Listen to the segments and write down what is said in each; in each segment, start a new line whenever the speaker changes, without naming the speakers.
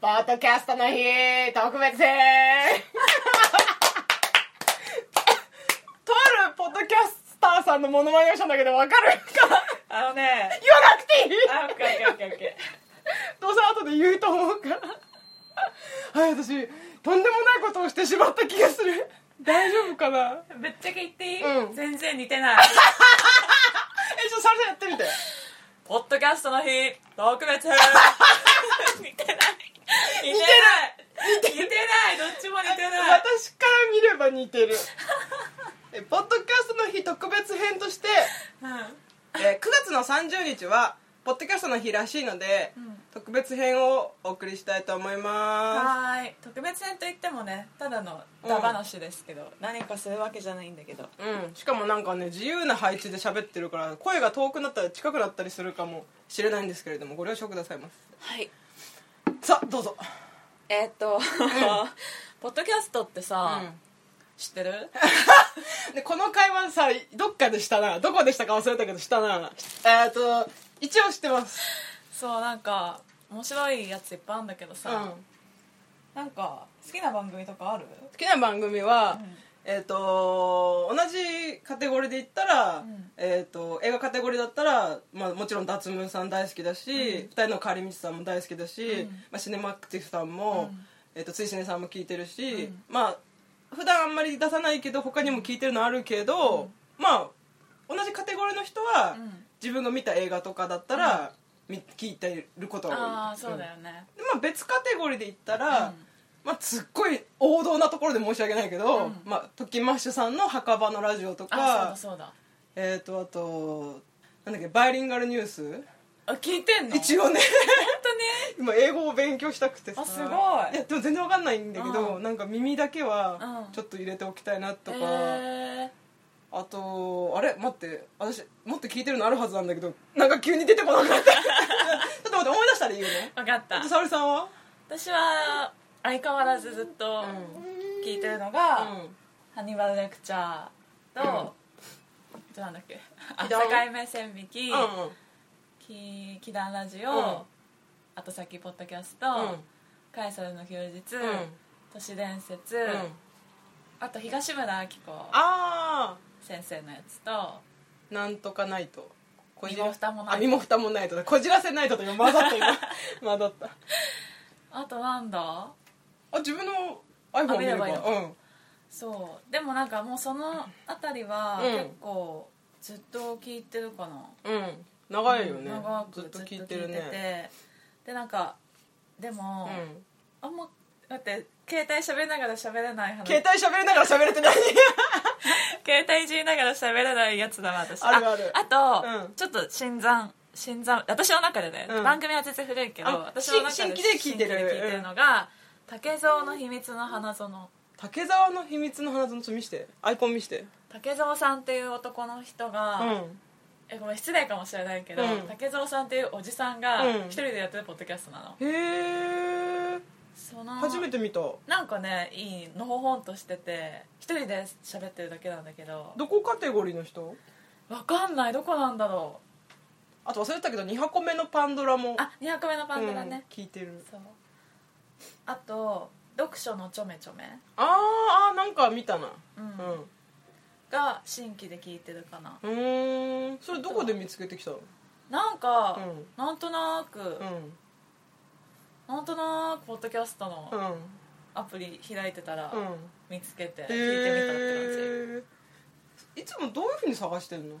ポッドキャストの日特別編とあるポッドキャスターさんのモノマネをしたんだけどわかるかな
あのね
言わなくていい
あオッケーオッケーオッケーオッケ
どうせ後で言うと思うからはい私とんでもないことをしてしまった気がする大丈夫かな
ーぶっちゃけ言っていい、
うん
全然似てない
えちょっとサルちゃんやってみて
ポッドキャストの日特 別編似てない似てない似てないどっちも似てない
私から見れば似てるえポッドキャストの日特別編として、
うん
えー9月の30日はポッドキャストの日らしいので、
ん
特別編をお送りしたいと思いま
はーい特別編といってもねただのダバしですけど、何かするわけじゃないんだけど
すうんしかもなんかね自由な配置で喋ってるから声が遠くなったり近くなったりするかもしれないんですけれどもご了承くださいま
はい
すさあどうぞ
えーっ と、ポッドキャストってさ、
うん
知ってる
でこの会話さどっかでしたなどこでしたか忘れたけどしたなえっと一応知ってます
そうなんか面白いやついっぱいあるんだけど
う
さ、
ん
なんか好きな番組とかある
好きな番組は、
ん
えっ、と同じカテゴリーで言ったら、
ん
えっ、と映画カテゴリーだったら、まあ、もちろん達文さん大好きだし、二人の帰り道さんも大好きだし、まあ、シネマクティフさんも、えっ、とついしねさんも聞いてるし、まあ普段あんまり出さないけど他にも聞いてるのあるけど、まあ同じカテゴリーの人は、
ん
自分が見た映画とかだったら、み聞いてることが多い
ああそうだよね、
でまあ、別カテゴリーで言ったら、まあ、すっごい王道なところで申し訳ないけど、
うん
まあ、トキマッシュさんの墓場のラジオと
あ
か
そうだそうだ
えー、とあとなんだっけバイリンガルニュース
あ聞いてんの
一応ね
本当に
今英語を勉強したくてさ
あすごい
やでも全然わかんないんだけど、
うん
なんか耳だけは
うん
ちょっと入れておきたいなとか、
え
あとあれ待って私もっと聞いてるのあるはずなんだけどなんか急に出てこなかった ちょっと待って思い出したらいいよね
ー、分かった
あと沙織さんは
私は相変わらずずっと聞いてるのが、ハニバルレクチャーと、あとなんだっけあ
祈
境
願
目線引き、
うんうん
き祈願ラジオ、
うん
あとさっきポッドキャスト、
うん
カエサルの休日、
ん
都市伝説、
うん
あと東村明子
あ
先生のやつと
あなんとかないとこ
身も蓋もない
あ身も蓋もないとだこじらせないとと今混ざった今 混ざった
あとなんだ
あ自分の iPhone 見れば
あ見ればいいの
うん
そうでもなんかもうそのあたりは
うん
結構ずっと聞いてるかな、
うん長いよね
長
ず
くず
っ
っ
と
と
聞
聞
い
い
て
て
る
るね
ね
でなんかでも、
うん
あんまだって携帯喋りながら喋れない話
携帯喋りながら喋れてない
携帯いじりながら喋れないやつだな私
あるある
あと、
うん
ちょっと新参新参私の中でね、
うん
番組は全然古いけど
あ
私の中で
新新規で聞いてる
新規で聞いてるのが「竹蔵の秘密の花園」
竹沢の秘密の花園ちょっと見してアイコン見して
竹蔵さんっていう男の人
う
が、
ん
えごめん失礼かもしれないけど、
うん
竹蔵さんっていうおじさんが
うん
一人でやってるポッドキャストなの、
へえ
その
初めて見た
なんかねいいのほほんとしてて一人で喋ってるだけなんだけど
どこカテゴリーの人
わかんないどこなんだろう
あと忘れたけど2箱目のパンドラも
あ200目のパンドラね、
うん聞いてる
そうあと読書のちょめちょめ、
あーあーなんか見たな
うん
うん
が新規で聞いてるかな
うーんそれどこで見つけてきたの
なんか、
うん
なんとなく、
うん
なんとなくポッドキャストの
うん
アプリ開いてたら
うん
見つけて聞い
へ
てみたって感
え
じ、
いつもどういうふうに探してるの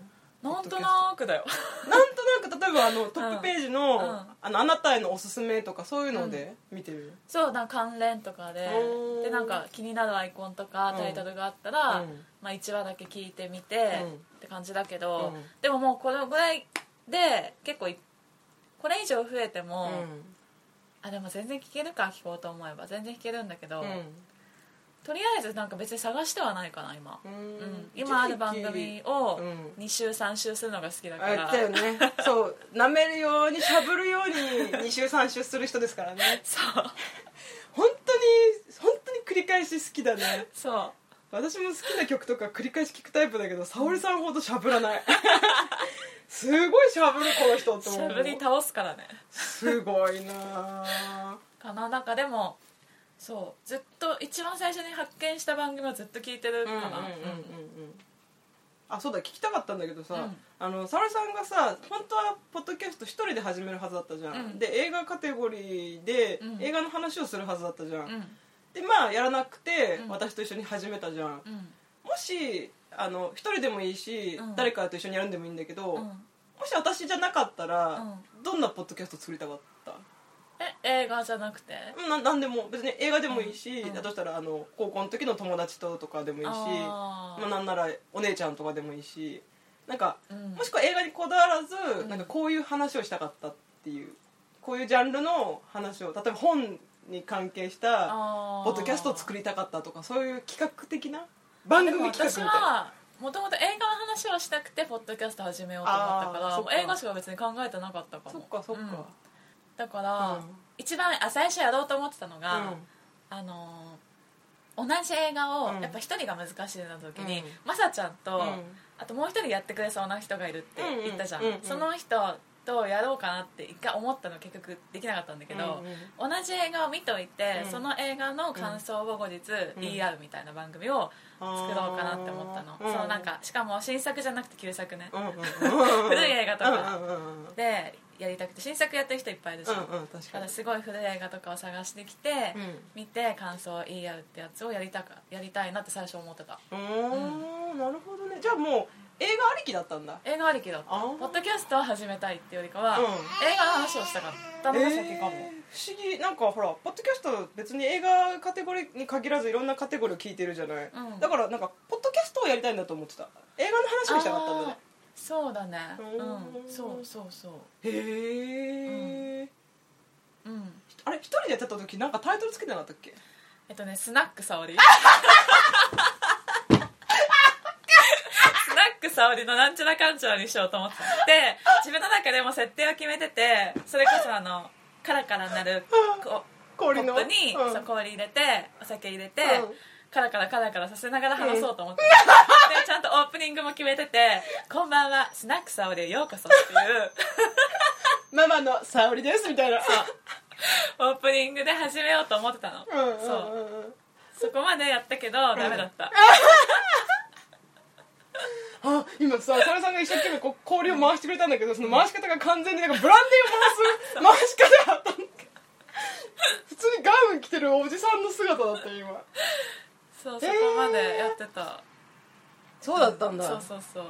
なんとなくだよ
なんとなく例えばあのトップページの,、
うん
あのあなたへのおすすめとかそういうので見てる、
そうなんか関連とかで
おー
でなんか気になるアイコンとか
うん
タイトルがあったら、
うん
まあ、1話だけ聞いてみて、
うん
って感じだけど、
うん
でももうこれぐらいで結構いこれ以上増えて
う
も、
ん
あでも全然聞けるか聞こうと思えば全然聞けるんだけど、
うん
とりあえずなんか別に探してはないかな今、うん今
今
ある番組を
うん
2週3週するのが好きだか
あや
ら、
ったよねそう舐めるようにしゃぶるように2週3週する人ですからね
そう
本当に本当に繰り返し好きだね
そう
私も好きな曲とか繰り返し聴くタイプだけど沙織さんほどしゃぶらないすごいしゃぶるこの人って
し
思
ゃ
う
ぶり倒すからね
すごいな
かななんかでもそうずっと一番最初に発見した番組はずっと聞いてるかな、
あそうだ聞きたかったんだけどさ、
うん
あの沙織さんがさ本当はポッドキャスト一人で始めるはずだったじゃん、
うん
で映画カテゴリーで、
うん
映画の話をするはずだったじゃん、
うん
でまあやらなくて、
うん
私と一緒に始めたじゃん
うん
もしあの一人でもいいし、
うん
誰かと一緒にやるんでもいいんだけど、
うん
もし私じゃなかったら、
う
どんなポッドキャスト作りたかった
え映画じゃなくて
うんななんでも別に映画でもいいし、
うんうん
だとしたらあの高校の時の友達ととかでもいいし
あー
まあ、なんならお姉ちゃんとかでもいいしなんか、
うん
もしくは映画にこだわらず、
ん
なんかこういう話をしたかったっていうこういうジャンルの話を例えば本に関係した
あ
ポッドキャストを作
り
りたかったとかそういう企画的な番組企画み
私
たいな
はもともと映画の話をしたくてポッドキャスト始めようと思ったから
あーそっ
も
か
う映画しか別に考えてなかったかも
そっかそっ
うん
か、
だから、
うん
一番あ最初やろうと思ってたの
う
が、あのー同じ映画を、
うん
やっぱ一人が難しいな時に、
うん
まさちゃんと、
うん
あともう一人やってくれそうな人がいるって言ったじゃん,、
うんうんうんうん
その人とやろうかなって一回思ったの結局できなかったんだけど、同じ映画を見といて、
うん
その映画の感想を後日、
ん
言い合うみたいな番組を作ろうかなって思ったの、そのなん、かしかも新作じゃなくて旧作ね、
あーうんうんうん、
古い映画とか
うんうんうんうん
でやりたくて新作やってる人いっぱいいるし、
うんうん確
だか
かに
らすごい古い映画とかを探してきて、見て感想を言い合うってやつをやりたかやりたいなって最初思ってた
うんおーなるほどねじゃあもう映画ありきだったんだ
映画ありきだった
あー
ポッドキャストを始めたいっていうよりかは、
うん
映画の話をしたかったのが先かも、
えー不思議なんかほらポッドキャスト別に映画カテゴリーに限らずいろんなカテゴリーを聞いてるじゃない、
うん
だからなんかポッドキャストをやりたいんだと思ってた映画の話をしたかったんだね
あーそうだね
うん
うんそうそうそう
へえ、
うん
あれ一人でやってた時なんかタイトルつけてなかったっけ
えっとねスナック沙織スナック沙織のなんちゃらかんちゃらにしようと思ってたで自分の中でも設定を決めててそれこそあのカラカラなるこコ
氷
ッ
の
プに、
うん
そう氷入れてお酒入れて、
うん
カラカラカラカラさせながら話そうと思って、でちゃんとオープニングも決めてて「こんばんはスナック沙織へようこそ」っていう
ママの沙織ですみたいな
オープニングで始めようと思ってたの、
うんうんうん
そう
うん
そこまでやったけどダメだった、
あ今さ沙織さんが一生懸命こう氷を回してくれたんだけどその回し方が完全になんかブランデーを回 す回し方だったんだけど普通にガウン着てるおじさんの姿だったよ今
そうそこまでやってた、
そうだった
そうそうそう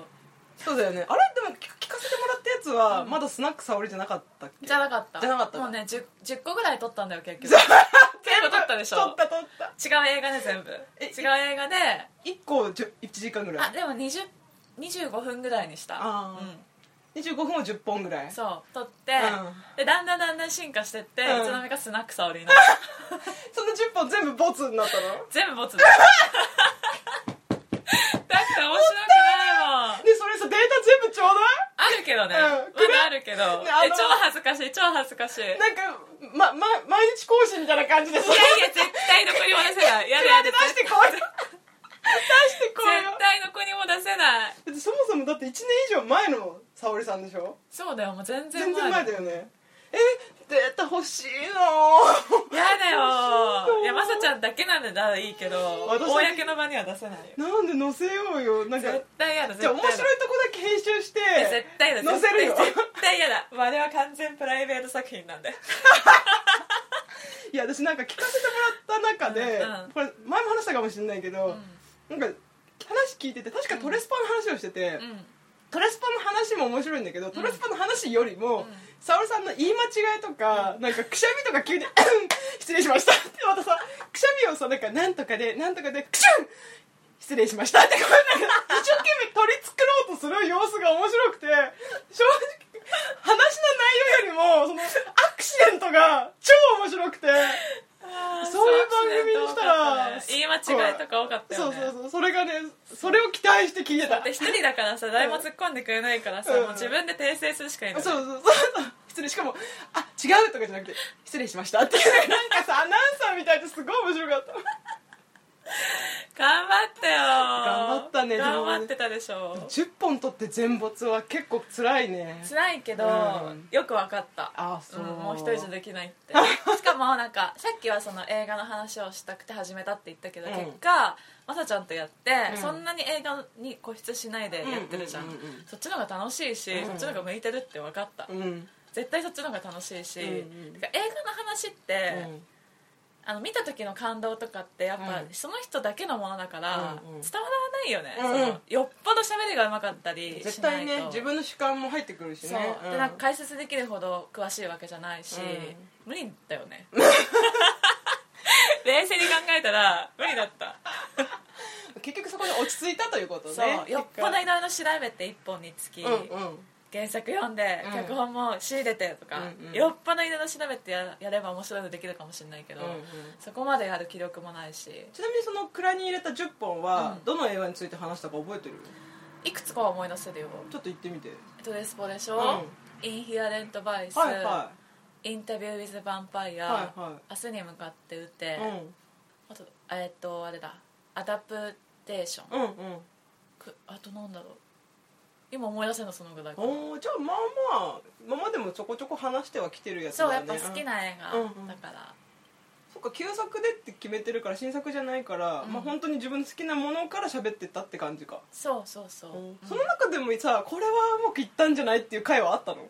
そうだよねあれでも聞聞かせてもらったやつはまだスナック沙織じゃなかったっけ
じゃなかった
じゃなかった
もうね 10, 10個ぐらい撮ったんだよ結局
全
結構撮ったでしょ
取った取った
違う映画ね全部
え
違う映画で
1個じゅ1時間ぐら
あ
い
でも20 25分ぐらいにした
あー25分を10本ぐら
う
い
ん、そう撮って、
うん
でだんだんだんだん進化してって、
うん
いつの間にかスナック沙織 になった
その10本全部ボツになったの
全部ボツだだって面白くないもん
でそれさデータ全部ちょうだ
あるけどね、
うん
まだあるけど、
ねあの
え超恥ずかしい超恥ずかしいいやいや
いなんか、まま、毎日更新みたいな感じでさ
絶対どこにも出せないや
暗
だやだ
出してこいよ出してこいよ
絶対どこにも出せない
だってそもそもだって1年以上前の沙織さんでしょ
そうだよもう全然
全
前
然前だ
よ
よねえデータ欲しいの
やだ
そう
よいやまさちゃんだけなんでだいいけど
私だけ
公の場には出せないよ
なんで載せようよなんか
絶対やだ絶
じゃあ
対
面
やだ
白いとこだけ編集して
いや絶対だ
載せるよ
絶対絶対やだもうあれは完全プライベート作品なんで
いや私なんか聞かせてもらった中で、
うんうん
これ前も話したかもしれないけど、なんか話聞いてて確かトレスパの話をしてて、
うん
トレスパの話も面白いんだけど、トレスパの話よりも、沙織さんの言い間違いとか、なんかくしゃみとか急に、失礼しましたって、またさ、くしゃみをさ、なんか、なんとかで、なんとかで、くしゅん失礼しましたって、こうなんか、一生懸命取り繕ろうとする様子が面白くて、正直、話の内容よりも、その、アクシデントが超面白くて、そういう番組にしたら
そう言い間違いとか多かった
そ
よ
う
ね
そうそう、それがね、それを期待して聞いてた
で。一人だからさ誰も突っ込んでくれないからさ、
うん
もう自分で訂正するしかいない
そうそうそうそう失礼しかも「あ違う」とかじゃなくて「失礼しました」っていうなんかさアナウンサーみたいですごい面白かった
頑張ったよ
頑張ったね
頑張ってたでしょ
10本取って全没は結構辛いね
辛いけど、
うん
よく分かった
あそう
うんもう一人じゃできないって しかもなんかさっきはその映画の話をしたくて始めたって言ったけど、
うん
結果まさちゃんとやって、
うん
そんなに映画に固執しないでやってるじゃん,、
うんうんうんうん
そっちの方が楽しいし、
うん
そっちの方が向いてるって分かった、
うん
絶対そっちの方が楽しいし、
うんうん
てか映画の話って、あの見た時の感動とかってやっぱ、
うん
その人だけのものだから、
うんうん
伝わらないよね、
うんうん
そのよっぽど喋りが上手かったりしないと
絶対ね自分の主観も入ってくるし
そう、
ね
でなんか解説できるほど詳しいわけじゃないし、無理だ よね冷静に考えたら無理だった
うん結局そこに落ち着いたということね
そうよっぽどい
な
ろいろ調べて一本につき、
うんうん
原作読んで、
うん
脚本も仕入れてとか、
うんうん
よっぽどいろいろ調べてややれば面白いのできるかもしれないけど、
うんうん
そこまでやる気力もないし
ちなみにその蔵に入れた10本は
うん
どの映画について話したか覚えてる
いくつかは思い出せるよ
ちょっと言ってみて
トレスポでしょ、インヒアレントバイス、
はいは
インタビュー・ウィズ・ヴァンパイア、
はいはい
明日に向かって打て、
いうん
あとえーっとあれだアダプテーション、
うんうん
くあとなんだろう今思い出せんのそのぐらいかな
おーじゃあまあまあ今までもちょこちょこ話してはきてるやつだ
そ
ね
うやっぱ好き
うん
な映画
うんうん
だから、
そっか旧作でって決めてるから新作じゃないから、
うん
まあ本当に自分の好きなものから喋ってったって感じか、
そうそうそう、うん
その中でもさこれはうまくいったんじゃないっていう回はあったの、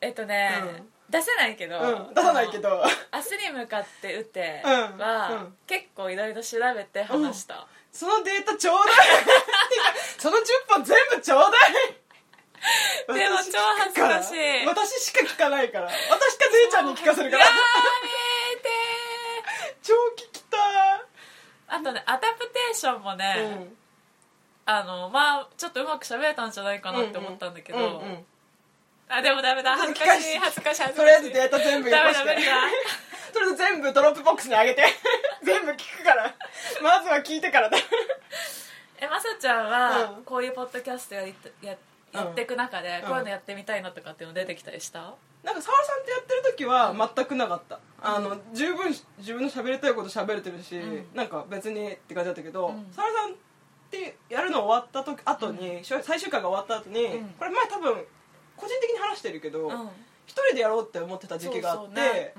えっとね、
うん
出せないけど、
うん、出さないけど
あの明日に向かって打て
うん
は、
うん
結構いろいろ調べて話した、
そのデータちょう だいてかその10本全部ちょうだい
でも
私
超恥ずかしい
聞くから私しか聞かないから私か姉ちゃんに聞かせるから
やめて
超聞きた
ーあとねアダプテーションもね、
い、うん
あのまあちょっとうまく喋れたんじゃないかなって思ったんだけど、
うんうん
あでもダメだ恥ずかしい
聞
恥ずかしい恥 ず
とりあ
か
え
しい
ずデータ全部よ
ダ
こ
メ
し
だ
て
無理だ
とりあえず全部ドロップボックスに上げて 全部聞くからまずは聞いて からだ
えまさちゃん
う
は
ん
こういうポッドキャストやりたややっていく中で
うん
こういうのやってみたいなとかっていうの出てきたりした、
なんか沢さんとやってる時は全くなかった、あの十分自分の喋りたいこと喋れてるし、
うん
なんか別にって感じだったけど、
うん
沢さんってやるの終わった時後に、しょ最終回が終わった後に、
うん
これ前多分個人的に話してるけど、
うん、
一人でやろうって思ってた時期があって
そうそうねう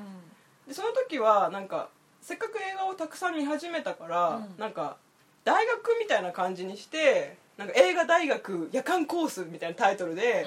ん
でその時はなんかせっかく映画をたくさん見始めたから、
うん
なんか大学みたいな感じにしてなんか映画大学夜間コースみたいなタイトルで、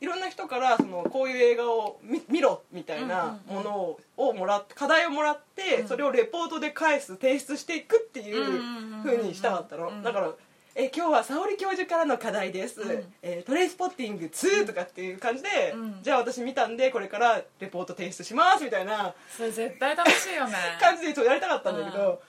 いろんな人からそのこういう映画を見見ろみたいな
うんう
も
んうん
のを,、もらって課題をもらって、
うん
それをレポートで返す提出していくってい
んうん
う
うんうん
ふうにしたかったの、
うん
だからえ今日は沙織教授からの課題です、
うん
えートレインスポッティング2とかっていう感じで、
うん
じゃあ私見たんでこれからレポート提出しますみたいな
それ絶対楽しいよね
感じでやりたかったんだけど、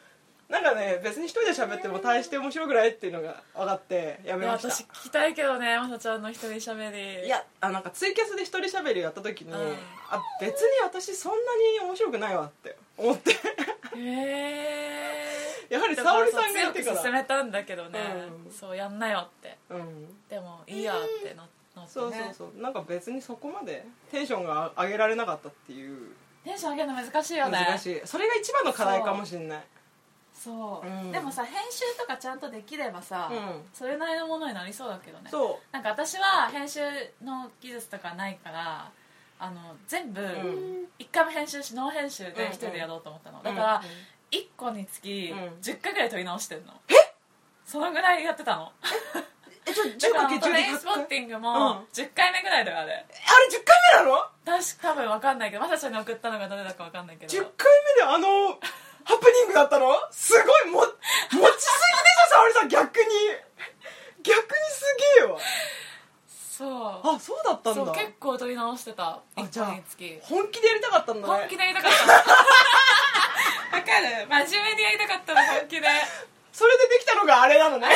なんかね別に一人で喋っても大して面白くないっていうのが分かってや
い
め
や
ました
私聞きたいけどねまさちゃんの一人しゃべり
いやあなんかツイキャスで一人喋りをやった時に、
うん
あ別に私そんなに面白くないわって思って
へえ
やはり沙織さんがやってから
強く勧めたんだけどね、
うん
そうやんなよって
うん
でもいいやってな,、なって、ね、
そうそうそうなんか別にそこまでテンションが上げられなかったっていう
テンション上げるの難しいよね
難しいそれが一番の課題かもしれない
そう、
うん
でもさ編集とかちゃんとできればさ、
うん
それなりのものになりそうだけどね
そ
なんか私は編集の技術とかないからあの全部
ん
一回も編集しノー編集
うん
で一人でやろうと思ったの、
う
だから
うん
1個につき
うん
10回ぐらい撮り直してんの、そのぐらいやってたの
えちょ
だから
10
ト
かけ
レイ
10
ン
で
スポッティングも
うん
10回目ぐらいだよあれ
あれ10回目なの
確か多分分かんないけどまさちゃんに送ったのがどれだか分かんないけ
?10 回目
ど
であのハプニングだったのすごいも持ちすぎでしょ沙織さん逆に逆にすげえわ
そう
あそうだったん
そ
だ
う結構撮り直してた
あ
1
じゃあ
個につき
本気でやりたかったんだね
本気でやりたかったわかる真面目にやりたかったの本気で
それでできたのがあれなのね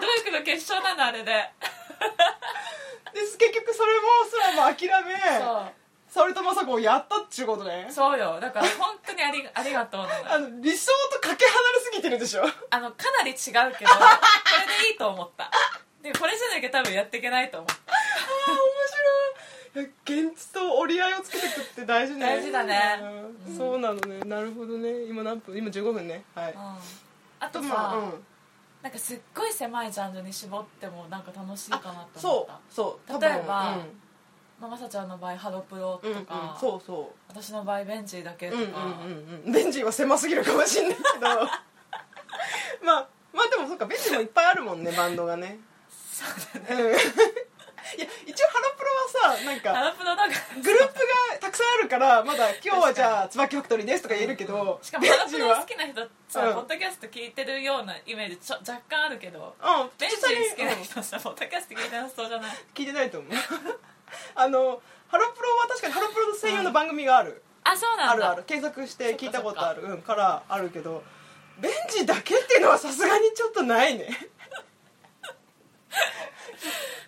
努力の結晶なのあれで
で結局それもそらも諦め
そ
沙織と雅子をやったっちゅうことね
うそうよだから本当にありありがとうなの
あの理想とかけ離れすぎてるで しょ
あのかなり違うけどこれでいいと思ったでこれじゃなきゃ多分やっていけないと思った
あー面白いいや現実と折り合いをつけてくって大事ね
大事だね
うんそうなのねなるほどね今何分今15分ねはい、
うんあと
ま
さ、
あうん
なんかすっごい狭いジャンルに絞ってもなんか楽しいかなと思った
そうそう多分
例えば
うん
まあまさちゃんの場合ハロプロ
うんう
と
ん
か、
そうそ
私の場合ベンチだけ
う
と
う
か、
んうんうんうんベンジーは狭すぎるかもしんないけど まあまあでもそっかベンジーもいっぱいあるもんねバンドがねそうだね いや一応ハロプロはさなん
ハ
か
ロプロだか
グループがたくさんあるからまだ今日はじゃあ椿ファクトリーですとか言えるけど
らしかもハロプロ好
は
きな人さ、
うん
ポッドキャスト聞いてるようなイメージちょ若干あるけど
うん
ベンチ
実際に
好きな人さ、ポッドキャスト聞いてなさそうじゃない
聞いてないと思う あのハロプロは確かにハロプロの専用の番組がある、
あそう
あ
なん
る
だ
ある検索して聞いたことあるうんからあるけどベンジだけっていうのはさすがにちょっとないね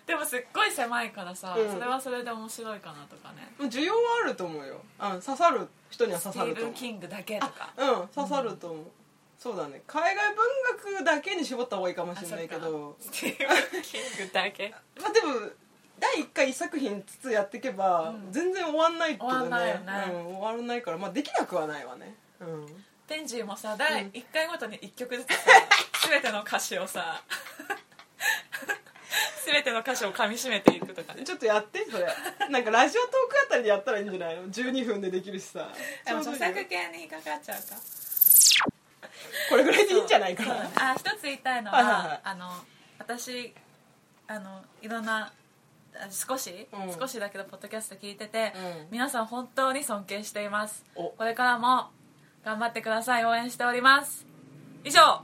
でもすっごい狭いからさ、
うん
それはそれで面白いかなとかね
需要はあると思うよ、うん、刺さる人には
ス
刺
テ
さ
ィ
る
ー
と
ブ
思
ン・キングだけとか
ううん刺さると思う、そうだね海外文学だけに絞った方がいいかも
あ
し
そ
れな
っ
いけ
か
ど
スティーブン・キングだけ
まあでも第1回1作品ずつやっていけば、
うん
全然終わんないけどね
終わんないよね
うん、終わらないから、まあ、できなくはないわねうん
ベンジーもさ第1回ごとに1 曲ずつさ、全ての歌詞をさ 全ての歌詞を噛み締めていくとかね
ちょっとやってそれなんかラジオトークあたりでやったらいいんじゃないの12分でできるしさ
でも著
ちょうど
作
いいよ
権に引っかかっちゃうか
これぐらいでいいんじゃないか
そう
な
だねあ一つ言いたいのは,、
はいはいはい
あの私あのいろんなあ少し、
うん
少しだけどポッドキャスト聞いてて、
うん
皆さん本当に尊敬しています
お
これからも頑張ってください応援しております以上